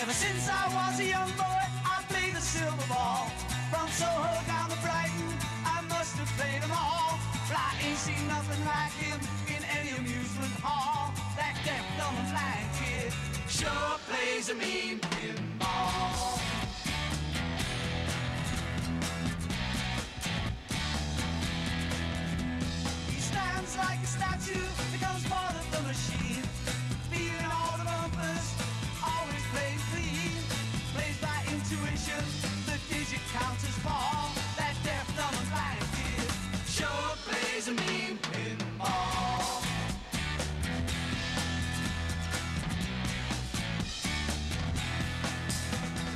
Ever since I was a young boy, I played the silver ball. From Soho down to Brighton, I must have played them all. But I ain't seen nothing like him in any amusement hall. That deaf, dumb, and blind kid sure plays a mean pinball. He stands like a statue, becomes part of the machine. Being all the bumpers, always playing clean. Plays by intuition, the digit counters ball. That deaf, dumb, and blind kid sure plays a mean pinball.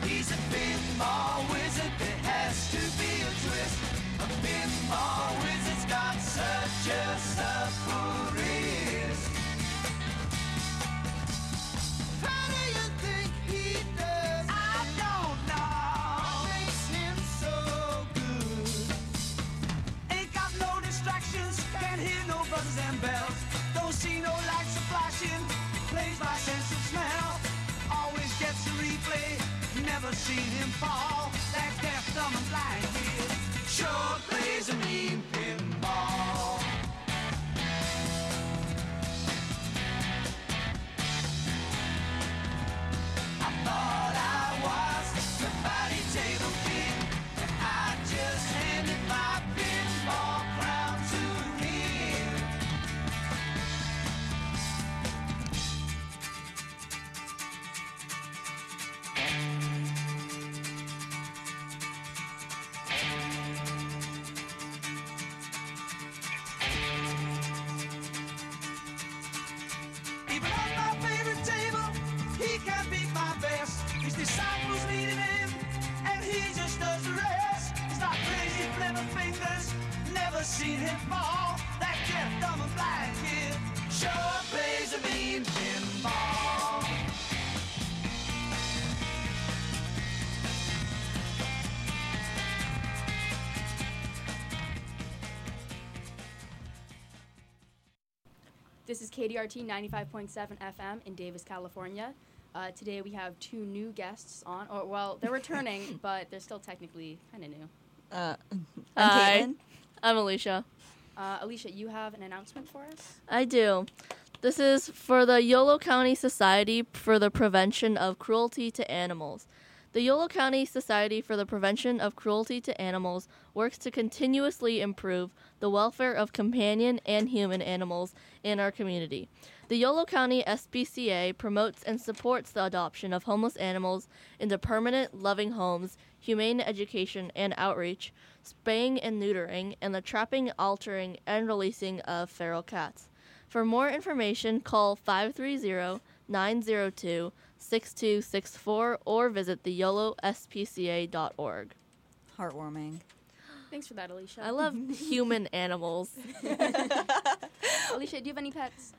He's a pinball wizard, there has to be a twist. A pinball wizard's got such a supple wrist. How do you think he does? I don't know. What makes him so good? Ain't got no distractions, can't hear no buzzes and bells. Don't see no lights are flashing, plays by sense of smell. Always gets a replay, never seen him fall. That deaf, dumb, and blind kid sure plays a mean pinball. I thought I was the body table kid. and I just handed my pinball crown to him. Even on my favorite table, he can't beat my best. His disciples needed him, and he just does the rest. He's not crazy, clever fingers, never seen him fall. That deaf, dumb, and blind kid sure plays a mean pinball. This is KDRT 95.7 FM in Davis, California. Uh, today we have two new guests on, or well, they're returning, but they're still technically kind of new. Uh, I'm Hi. Caitlin. I'm Alicia. Uh, Alicia, you have an announcement for us? I do. This is for the Yolo County Society for the Prevention of Cruelty to Animals. The Yolo County Society for the Prevention of Cruelty to Animals works to continuously improve the welfare of companion and human animals in our community. The Yolo County SPCA promotes and supports the adoption of homeless animals into permanent, loving homes, humane education and outreach, spaying and neutering, and the trapping, altering, and releasing of feral cats. For more information, call 530-902-6264 or visit theyolospca.org. Heartwarming. Thanks for that, Alicia. I love human animals. Alicia, do you have any pets?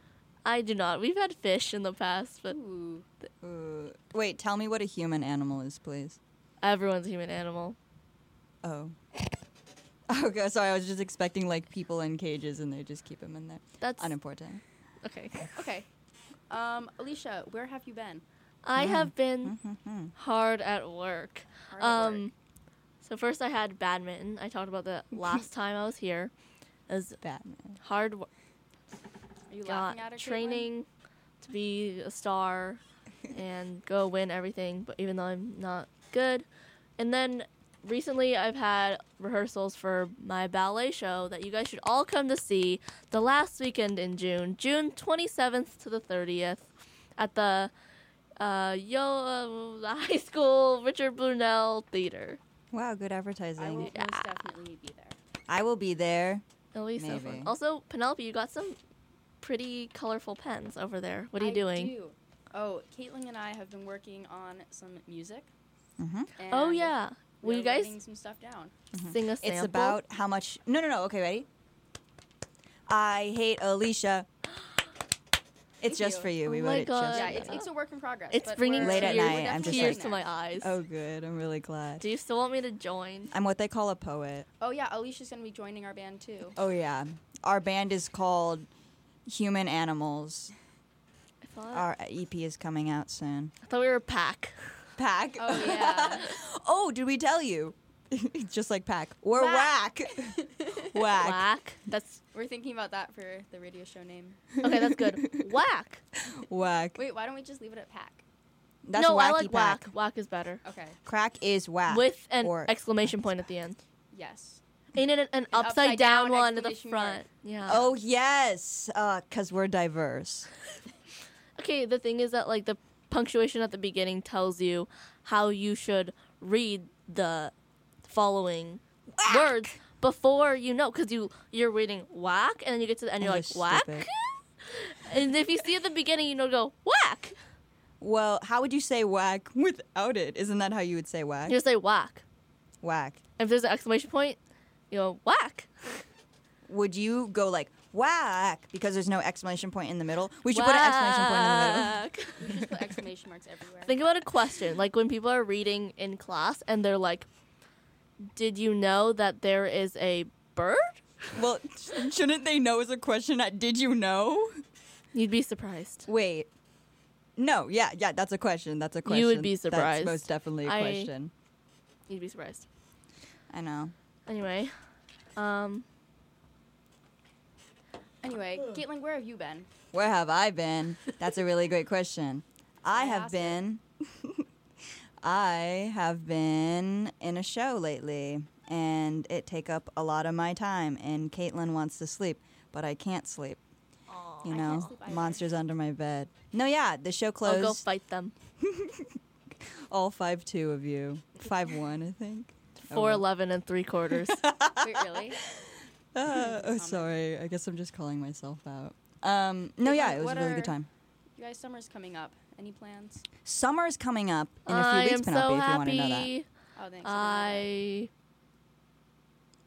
I do not. We've had fish in the past, but Ooh. Uh, wait, tell me what a human animal is, please. everyone's a human animal. Oh. Okay, sorry. I was just expecting like people in cages, and they just keep them in there. That's Unimportant. okay. Okay. Um, Alicia, where have you been? I have been Mhm. hard at work. Mm-hmm. Hard at Um so first I had badminton. I talked about that last time I was here. As Batman. hard work. work. Are you laughing at got her? Caitlin? uh, training to be a star and go win everything, but even though I'm not good. And then recently I've had rehearsals for my ballet show that you guys should all come to see the last weekend in June, June 27th to the 30th at the uh, Yo uh, High School Richard Brunel Theater. Wow, good I will advertising. most Yeah. definitely be there. I will be there. It'll be so fun. Maybe. Also, Penelope, you got some pretty colorful pens over there. What are you I doing? do. Oh, Caitlin and I have been working on some music. Mhm. and Oh yeah. we're Will you guys writing some stuff down. sing a sample? It's about how much. No, no, no. Okay, ready? I hate Alicia. It's Thank just you. for you. We Oh wrote my it just. God. yeah, for it's, you. it's a work in progress. It's but bringing we're- Late at tears, night, I'm just tears like- to my eyes. oh, good. I'm really glad. Do you still want me to join? I'm what they call a poet. Oh yeah, Alicia's gonna be joining our band too. Oh yeah, our band is called Human Animals. I thought, Uh, Our EP E is coming out soon. I thought we were a pack. pack. Oh, yeah. oh, did we tell you? It's just like pack. Or Whack. whack. Whack. Whack. That's We're thinking about that for the radio show name. okay. That's good. Whack. Whack. Wait, why don't we just leave it at pack? That's no, wacky I like pack. whack. Whack is better. Okay. Crack is whack. With an or exclamation point at the end. Yes. And an, an, upside, upside down, down one at the exclamation front. mark. Yeah. Oh yes, uh, cause we're diverse. Okay, the thing is that like the punctuation at the beginning tells you how you should read the following words before you know because you you're reading whack and then you get to the end you're Oh, like that's whack stupid. and if you see at the beginning you know go whack Well, how would you say whack without it? Isn't that how you would say whack? you just say whack Whack. if there's an exclamation point you go whack Would you go like whack because there's no exclamation point in the middle? We should put an exclamation point in the middle. Whack. We should just put exclamation marks everywhere. Think about a question, like when people are reading in class and they're like, "Did you know that there is a bird?" Well, sh- shouldn't they know is a question at did you know? You'd be surprised. Wait. No, yeah, yeah, that's a question. That's a question. You would be surprised. That's most definitely a I- question. You'd be surprised. I know. Anyway, um, Anyway, Caitlin, where have you been? Where have I been? That's a really great question. I I have asked it. been I have been in a show lately and it take up a lot of my time and Caitlin wants to sleep, but I can't sleep. You I know, can't sleep either. monsters under my bed. No, yeah, the show I'll go closed. fight them. all five two of you. Five one, I think. Four eleven and three quarters. Wait, really? Uh, oh, Comment. sorry. I guess I'm just calling myself out. Um, no, Caitlin, yeah, it was what a really are- good time. You guys, summer's coming up. Any plans? Summer is coming up in a few I weeks, am Penelope, so if you want to know that. happy. Oh, thanks. I I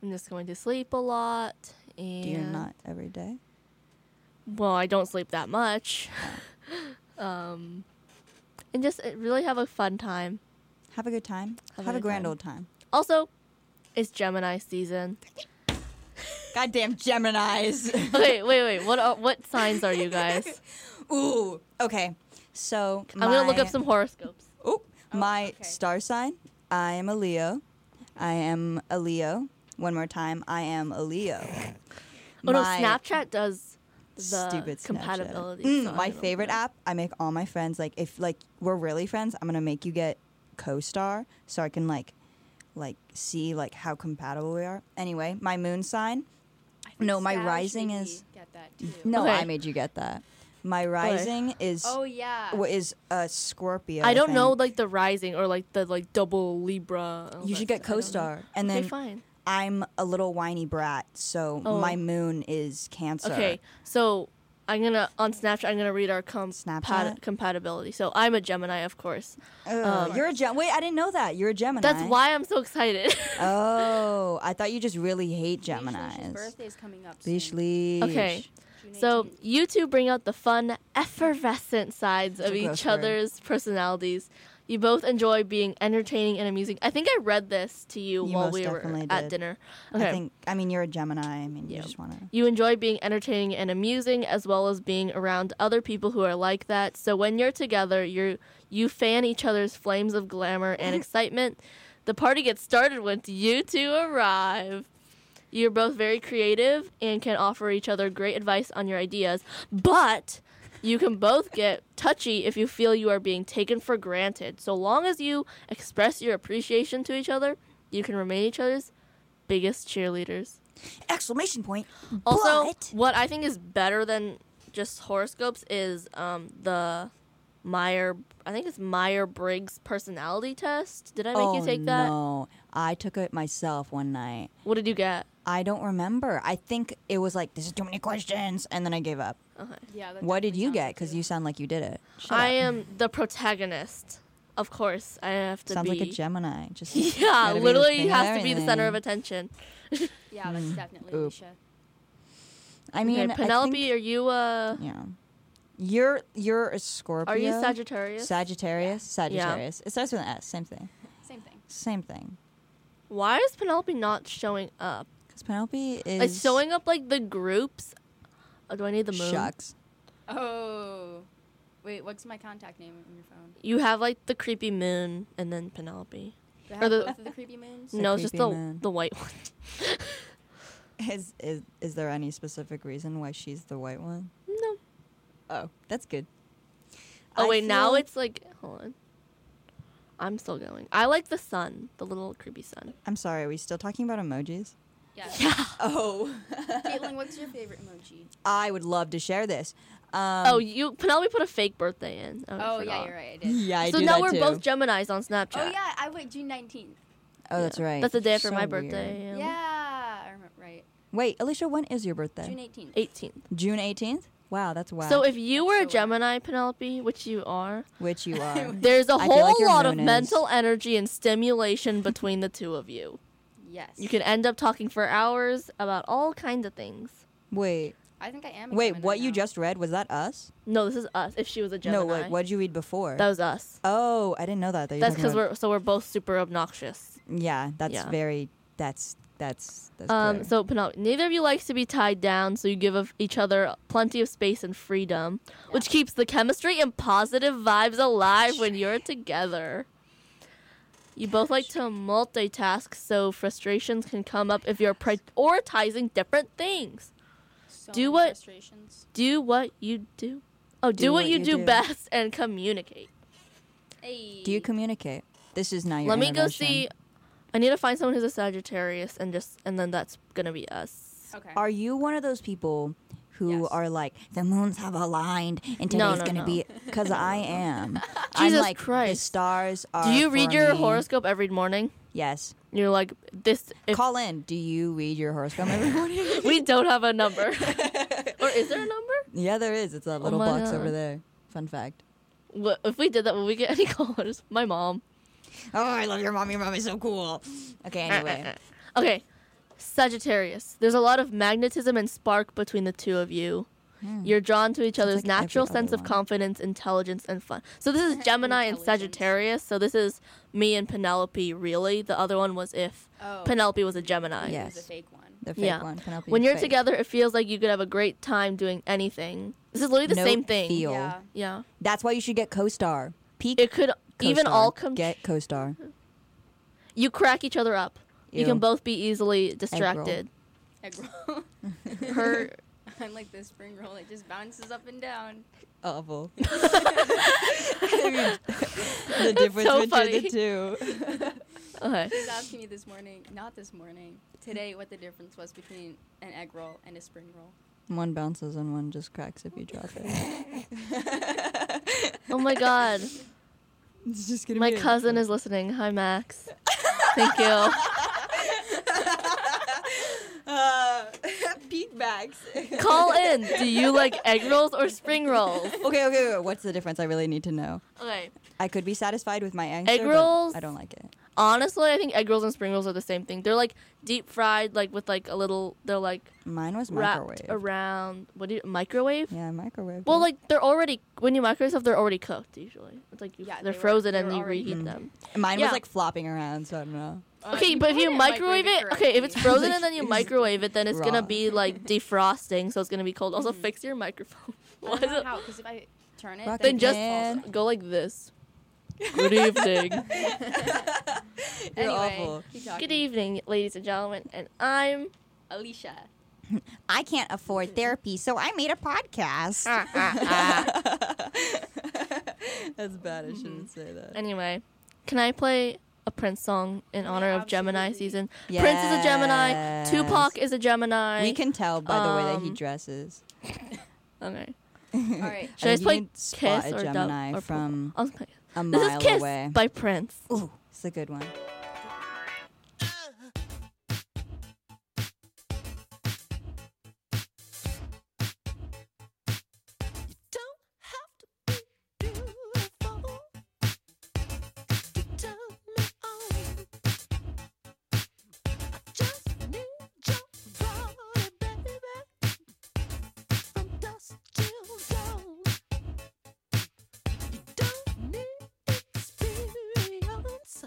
am just going to sleep a lot. And Do you not every day? well, I don't sleep that much. um, and just uh, really have a fun time. Have a good time. Have Have, a a good grand time. old time. Also, it's Gemini season. Goddamn Gemini's. Okay, wait, wait. What are, what signs are you guys? Ooh. Okay. So I'm gonna look my- up some Oh, horoscopes. Ooh, my okay. star sign. I am a Leo. I am a Leo. One more time. I am a Leo. Oh no, My- Snapchat does the stupid Snapchat. compatibility. Mm, so I my don't favorite know. app. I make all my friends like if like we're really friends, I'm gonna make you get co-star so I can like like see like how compatible we are. Anyway, my moon sign. think No, my Stash rising made me is- Get that too. No, Okay. I made you get that. My rising is Oh yeah. wh- is a Scorpio. I don't thing. know like the rising or like the like double Libra. all You that should get stuff. I don't know. co-star, and Okay, then fine. I'm a little whiny brat, so Oh. my moon is Cancer. Okay, so I'm gonna on Snapchat. I'm gonna read our com- Snapchat? compatibility. So I'm a Gemini, of course. Ugh, um, you're a Gem. Wait, I didn't know that. You're a Gemini. That's why I'm so excited. Oh, I thought you just really hate Leash Leash's Gemini's. birthday's coming up. soon, Leash, leash. okay. June So 18th. you two bring out the fun, effervescent sides of a gross each word. other's personalities. You both enjoy being entertaining and amusing. I think I read this to you, You while most we were definitely at did. dinner. I think. I mean, you're a Gemini. I mean, you Yeah. just want to. Mm-hmm. You enjoy being entertaining and amusing as well as being around other people who are like that. So when you're together, you you fan each other's flames of glamour and excitement. The party gets started once you two arrive. You're both very creative and can offer each other great advice on your ideas, but you can both get touchy if you feel you are being taken for granted. So long as you express your appreciation to each other, you can remain each other's biggest cheerleaders. Exclamation point. Also, but- what I think is better than just horoscopes is um, the Meyer. I think it's Meyer Briggs personality test. Did I make oh, you take that? No, I took it myself one night. What did you get? I don't remember. I think it was like this is too many questions, and then I gave up. Okay. yeah. that what did definitely you sounds get? like Because you sound like you did it. Shut I up. am the protagonist. Of course, I have to Sounds be. like a Gemini. Just yeah, gotta be the literally thing of has to be the center of everything. attention. Yeah, that's definitely Mm. Oop. Leisha. I mean, okay, I Penelope, think- are you uh, yeah, you're you're a Scorpio. are you Sagittarius? Sagittarius. Yeah. Sagittarius. It starts with an S. Same thing. Same thing. Same thing. Why is Penelope not showing up? Because Penelope is It's showing Uh, up like the groups. Oh, do I need the moon? Shucks. Oh, wait. Wait, what's my contact name in your phone? You have like the creepy moon and then Penelope. Do I Or have the- both of the creepy moons? The no, it's just creepy the moon. the white one. Is is is there any specific reason why she's the white one? no. Oh, that's good. Oh I wait, now feel- it's like hold on. I'm still going. I like the sun, the little creepy sun. I'm sorry. Are we still talking about emojis? Yeah. Oh, Caitlin, what's your favorite emoji? I would love to share this. Um, oh, you Penelope put a fake birthday in. I Oh, yeah, forgot. you're right. I did. yeah. I so do now that we're too. both Gemini's on Snapchat. Oh yeah, I went June nineteenth. Oh, that's Yeah. right. That's the day after So my weird. birthday. um, Yeah. I remember right. Wait, Alicia, when is your birthday? June eighteenth. 18th. June 18th. Wow, that's wow. So if you were So a what? Gemini, Penelope, which you are, which you are. there's a I feel whole like your lot of moon is. mental energy and stimulation between the two of you. Yes. You can end up talking for hours about all kinds of things. Wait, I think I am. A wait. Gemini What you now. just read was that us? No, this is us. If she was a Gemini, No, what what did you read before? that was us. oh, I didn't know that. that you're That's talking because about- we're so we're both super obnoxious. Yeah, that's Yeah. very. That's that's. that's Um, clear. so Penelope, neither of you likes to be tied down, so you give of each other plenty of space and freedom, which keeps the chemistry and positive vibes alive when you're together. You both like to multitask, so frustrations can come up if you're prioritizing different things. So do many what- Frustrations. Do what you do. Oh, do, what, you, do, best and communicate. do you communicate? This is not your. Let me go intervention. see. I need to find someone who's a Sagittarius and just and then that's gonna be us. Okay. Are you one of those people who Yes. are like the moons have aligned and today's No, no, gonna no. be? Because I am. I'm Jesus like the Christ. stars are. Do you for read your me." horoscope every morning? Yes. You're like this. If Call in. Do you read your horoscope Oh, every morning? we don't have a number, or is there a number? yeah, there is. It's that little Oh my box over God. there. Fun fact. What, if we did that, would we get any callers? My mom. Oh, I love your mom. Your mom is so cool. Okay. Anyway. Okay, Sagittarius. There's a lot of magnetism and spark between the two of you. You're drawn to each other's Hmm. like every natural other sense of one. confidence, intelligence, and fun. So this is Gemini and Intelligence. Sagittarius. So this is me and Penelope. Really, the other one was if Oh. Penelope was a Gemini. Yeah. Yes. Yes. The fake one. the fake yeah. one. Penelope When is you're fake. together, it feels like you could have a great time doing anything. This is literally the Note same thing. feel. Yeah. Yeah. That's why you should get co-star. Peak. It could even co-star. all come. Get co-star. you crack each other up. You Ew. can both be easily distracted. Egg roll. Her I'm like the spring roll. It just bounces up and down. Awful. the difference so between funny. the two. okay. He was asking me this morning, not this morning, today, what the difference was between an egg roll and a spring roll. One bounces and one just cracks if you drop it. Oh my god. It's just gonna My cousin is listening. Hi Max. Thank you. uh, peak bags. Call in. Do you like egg rolls or spring rolls? okay, okay, wait, what's the difference? I really need to know. Okay. I could be satisfied with my answer. Egg but rolls? I don't like it. Honestly, I think egg rolls and spring rolls are the same thing. They're like deep fried, like with like a little. They're like Mine was wrapped microwave. around. What do you microwave? yeah, microwave. Well, like they're already when you microwave stuff, they're already cooked usually. It's like you, Yeah, they're they were- frozen they and were you already Uh, reheat Mm-hmm. cooked. them. mine yeah. was like flopping around, so I don't know. Okay, but if you microwave it, okay, if it's frozen and then you microwave it, then it's gonna Raw. be like defrosting, so it's gonna be cold. Also, fix your microphone. Why is it? Because if I turn it, Rocket Then just Man. go like this. Good evening. You're anyway, awful. keep talking. Good evening, ladies and gentlemen, and I'm. Alicia. I can't afford therapy, so I made a podcast. Ah, That's bad. I Mm-hmm. shouldn't say that. Anyway, can I play a Prince song in honor of Gemini absolutely. season? Prince is a Gemini. Yes. Tupac is a Gemini. we can tell by the way that he um, dresses. Okay. All right. Should I, just think you play can spot Kiss a or Dove Gemini or from Purple? I'll play- a mile This is Kiss away. by Prince. Ooh, it's a good one. don't have to be beautiful to turn me on. I just need your body, baby, from dusk till dawn. You don't need experience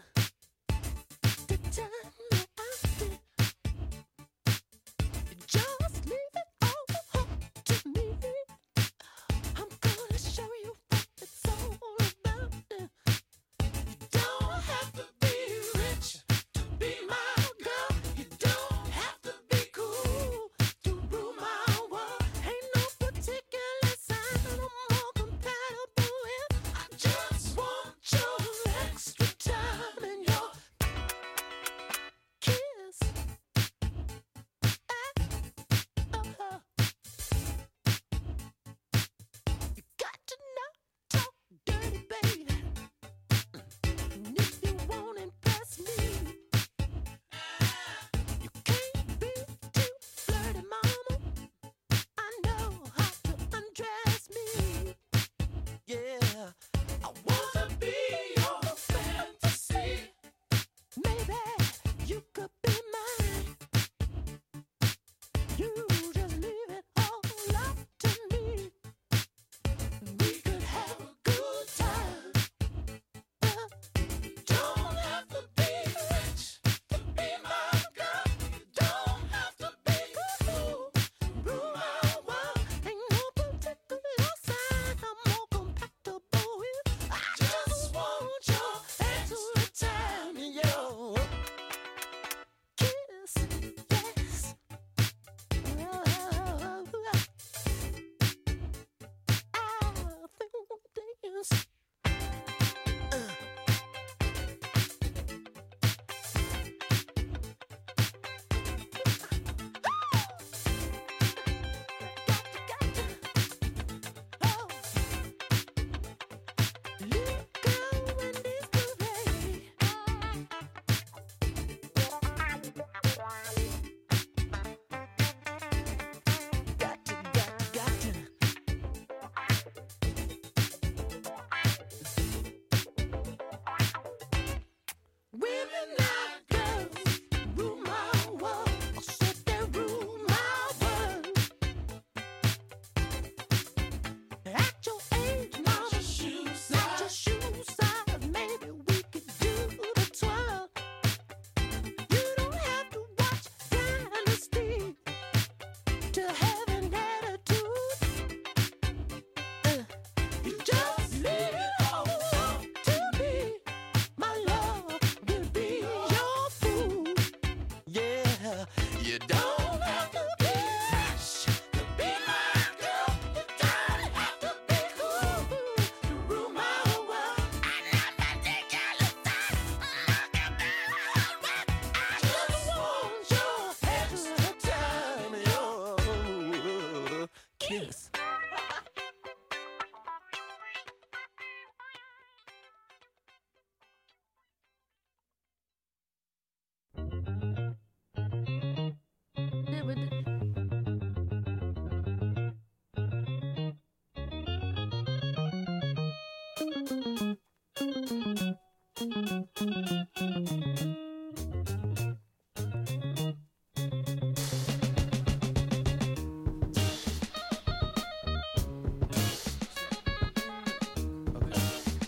kiss. Okay. Oh, there it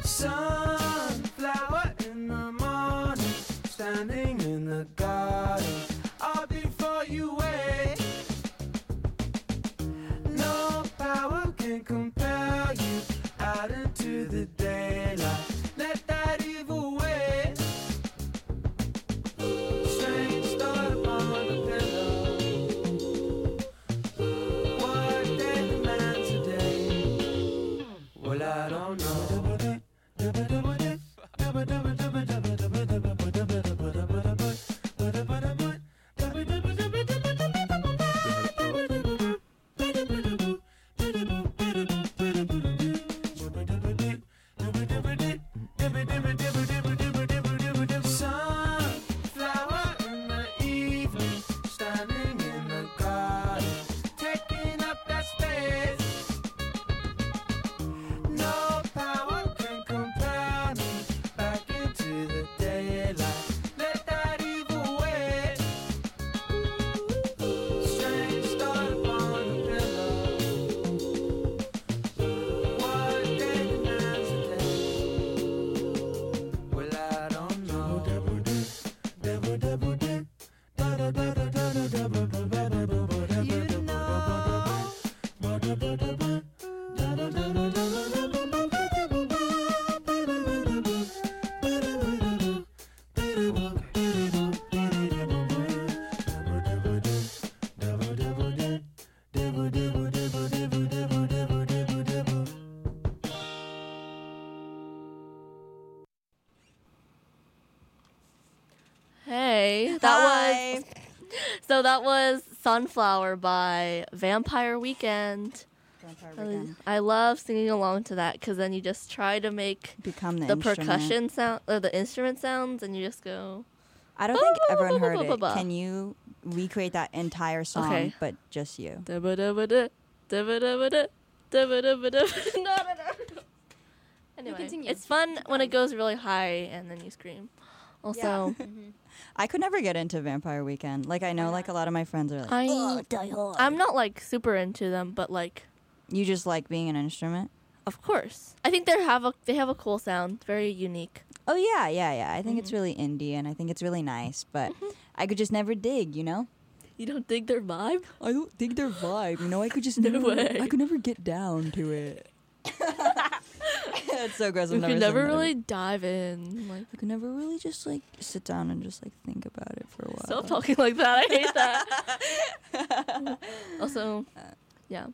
is. Sunflower in the morning, standing in the garden, all before you wake. No power can compel you out into the daylight. Let that evil wait. Strange thought upon the pillow. What day demands a day? Well, I don't know. Sunflower in the evening, standing in the garden, taking up that space. No power can compare me back into the daylight. Let that evil wait. Strange thought upon the pillow. What day demands a day? Well, I don't know. You know. Hey, that Hi. was so that was Sunflower by Vampire Weekend. Vampire I- Weekend. I love singing along to that because then you just try to make Become the, the instrument. percussion sound or the instrument sounds, and you just go. I don't think Ba- everyone ba- ba- heard ba- it. ba- Can you recreate that entire song, Okay. but just you? da ba da ba da da ba da ba da da ba da ba da. No, no, no. Anyway, continue. it's fun when it goes really high and then you scream. Also, Mm-hmm. I could never get into Vampire Weekend. Like I know, like a lot of my friends are like, "Oh, I I'm not like super into them, but like, you just like being an instrument. of course, I think they have a they have a cool sound, very unique. Oh yeah, yeah, yeah. I think it's Mm-hmm. really indie and I think it's really nice, but I could just never dig. You know. You don't dig their vibe? I don't think their vibe. You know, I could just No never- way. I could never get down to it. That's so gross. You I've can sung never that. really dive in. Like, I could never really just like sit down and just like think about it for a while. stop talking like that. I hate that. also, yeah.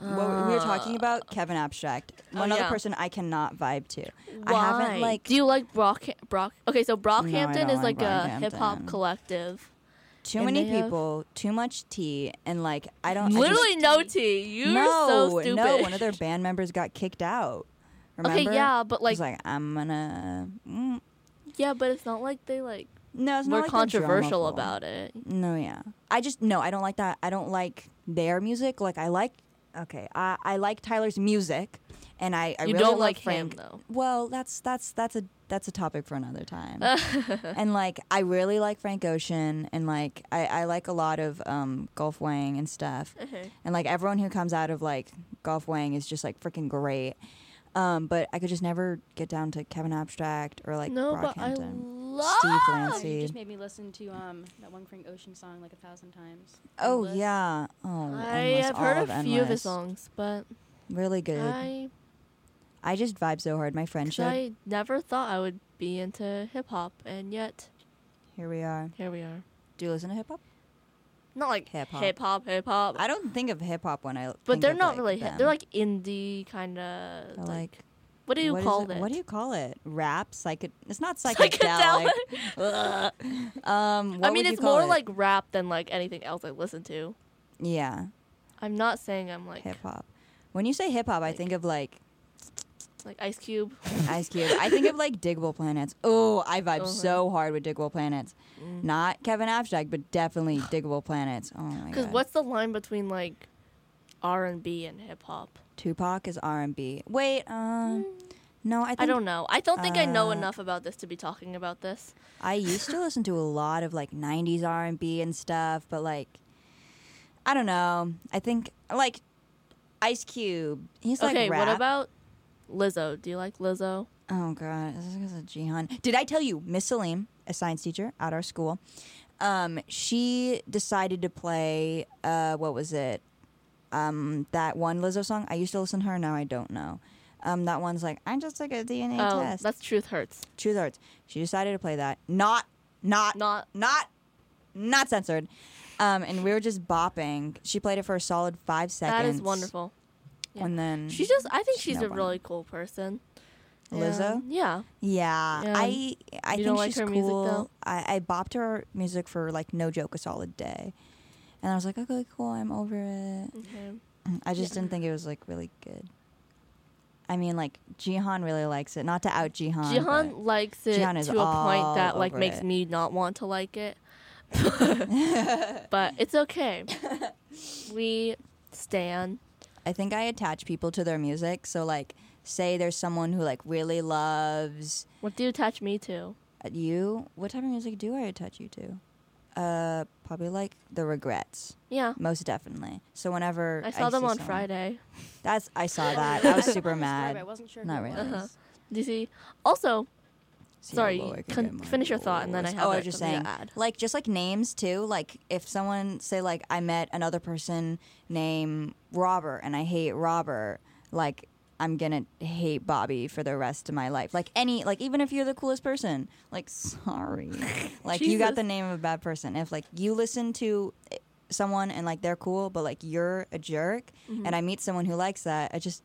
Well, Uh, we were talking Uh, about Kevin Abstract, Oh, one other yeah. person I cannot vibe to. Why? I haven't like Do you like Brock? Brock? Okay, so Brockhampton don't is like like a hip hop Brockhampton. collective. too and many they have- people, too much tea, and like I don't I just- Literally no tea. You're no, so stupid. no. One of their band members got kicked out. Remember? okay, yeah, but It like, was like I'm gonna. Mm. yeah, but it's not like they like No, it's not were like they're controversial dramaful. about it. No, yeah. I just no, I don't like that. I don't like their music. Like I like okay, I, I like Tyler's music and I, I You really don't love like him, Frank. though. Well, that's that's that's a that's a topic for another time. and like I really like Frank Ocean and like I, I like a lot of um Gulf Wang and stuff. And like everyone who comes out of like Golf Wang is just like freaking great. Um, but I could just never get down to Kevin Abstract or like no, but I Brockhampton. love. Steve Oh, Lancey. you just made me listen to um, that one Frank Ocean song like a thousand times. Oh Endless. yeah. Oh, I Endless, have heard all a few of his Endless. songs, but Really good. I, I, just vibe so hard. My 'cause friendship. I never thought I would be into hip hop, and yet Here we are. here we are. Do you listen to hip hop? Not like hip Hip-hop. hop, hip hop, hip hop. I don't think of hip hop when I. But think they're of, not really hip. They're them. like indie kind of They're, like, like What do you What is call it? What do you call it? Rap? Psycho? It's not psychedelic. Psychedelic. Ugh. um, what I mean, would you it's call more it? like rap than like anything else I listen to. yeah, I'm not saying I'm like hip hop. When you say hip hop, I Like- think of like like Ice Cube. Ice Cube. I think of like Digable Planets. Oh, I vibe Uh-huh. so hard with Digable Planets. Mm-hmm. Not Kevin Abstract, but definitely Digable Planets. Oh my god. Because what's the line between like R and B and hip hop? Tupac is R and B. Wait, um, no, I think Mm. I don't know. I don't think I know uh, enough about this to be talking about this. I used to listen to a lot of like '90s R and B and stuff, but like, I don't know. I think like Ice Cube. He's like okay, rap. what about Lizzo? Do you like Lizzo? Oh god, this is a Jihan. Did I tell you, Miss Salim, a science teacher at our school, um, she decided to play uh, what was it? Um, that one Lizzo song. I used to listen to her. Now I don't know. Um, that one's like I just took a DNA oh, test. that's Truth Hurts. Truth Hurts. She decided to play that. Not, not, Not not, not censored. Um, and we were just bopping. She played it for a solid five seconds. that is wonderful. yeah. And then She's just. I think She's she's no a one. really cool person. Lizzo? Um, yeah. Yeah, Yeah. I I You think don't like she's her cool. music, though? I, I bopped her music for like no joke a solid day, and I was like, okay, cool, I'm over it. Okay. I just didn't think it was like really good. I mean, like Jihan really likes it. Not to out Jihan. Jihan likes it Jihan is to a all point that like over makes it. me not want to like it. but it's okay. We stan. but I think I attach people to their music. So like, say there's someone who like really loves What do you attach me to? you. What type of music do I attach you to? Uh, probably like the regrets, Yeah. most definitely. So whenever I saw them see on someone- Friday. That's I saw that. I was saw super this live, I mad. wasn't sure. Not who it really. was. Uh-huh. Do you see? Also, See, Sorry, well, I you can con- get my finish your thought and then I goals. have Oh, I a- was just something saying, to add. like just like names too. Like if someone say like I met another person named Robert and I hate Robert, like I'm gonna hate Bobby for the rest of my life. Like any, like even if you're the coolest person, like sorry, like you got Jesus. the name of a bad person. If like you listen to eh, someone and like they're cool, but like you're a jerk, Mm-hmm. and I meet someone who likes that, I just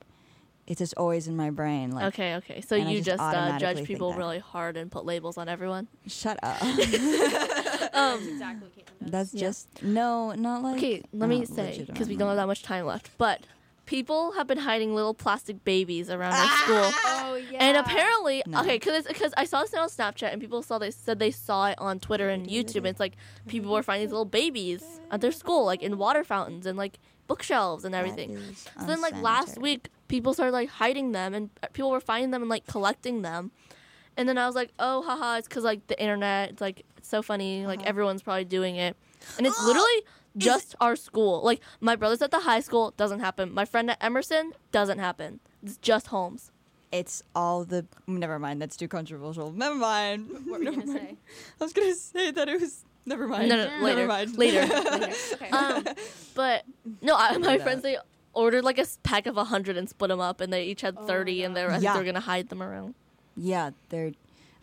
it's just always in my brain. Like okay, okay. So and I you just just, uh, automatically judge think people that. really hard and put labels on everyone. shut up. That's Um, exactly what Caitlin does. That's Yeah. just no, not like. Okay, let me not say legitimate. because we don't have that much time left, but people have been hiding little plastic babies around Ah! our school. Oh yeah. And apparently, No. okay, because because I saw this on Snapchat and people saw they said they saw it on Twitter and YouTube. And it's like people were finding these little babies at their school, like in water fountains and like bookshelves and That everything. is So then, like last unsanitary. week, people started like hiding them and uh, people were finding them and like collecting them. And then I was like, oh, haha, it's because like the internet, it's like it's so funny. Like Uh-huh. everyone's probably doing it, and it's literally. Just our school. Like, my brother's at the high school, doesn't happen. My friend at Emerson, doesn't happen. It's just Holmes. it's all the. Never mind, that's too controversial. Never mind. What were you Never gonna mind. say? I was gonna say that it was. Never mind. No, no, Mm. no later. Never mind. Later. Later. Okay. um, but no, I, my that. friends they ordered like a s- pack of hundred and split them up, and they each had Oh my thirty, and they were, I think Yeah. they were gonna hide them around. Yeah, they're.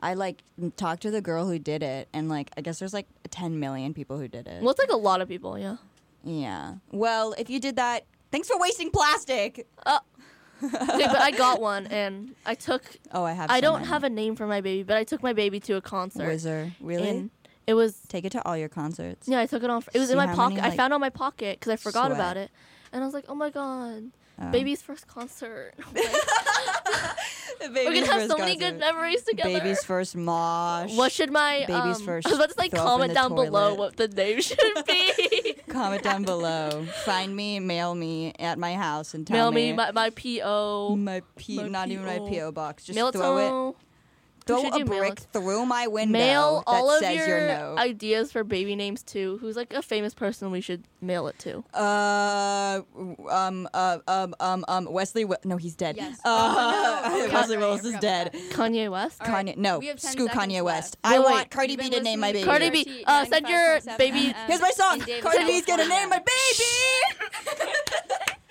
I like talked to the girl who did it, and like I guess there's like 10 million people who did it. Well, it's like a lot of people, yeah. Yeah. Well, if you did that, thanks for wasting plastic. Uh, okay, but I got one, and I took. Oh, I have. I don't have a name for my baby, but I took my baby to a concert. Wizard. Really? and it was Take it to all your concerts. yeah, I took it off. It was See in my how many, pocket. I like, found it in my pocket because I forgot sweat. about it, and I was like, oh my god, Oh. baby's first concert. Like, Baby's we're gonna have first so many concert. good memories together. Baby's first mosh. What should my Babies um, first I was about to like throw up in comment the down below toilet. what the name should be. Comment down below. Find me, mail me at my house, and tell Mail me my, my PO. my P, my not even my PO. PO box. Just mail it throw to it, throw should a you mail brick it? through my window mail that all of says your your no. ideas for baby names to who's like a famous person we should mail it to. uh, um, uh, um, um, um, Wesley. Wi- no, he's dead. Yes. Uh, Oh, no. Wesley Kanye, Willis I is forgot dead. about Kanye West. All right, Kanye. No, we have 10 screw seconds Kanye West. left. I Wait, want wait. Cardi You've B been to name my baby. listening to Cardi CRT B, uh, send your 95.7 baby- FM Here's my song. in Davis, Cardi B's gonna name my California. baby.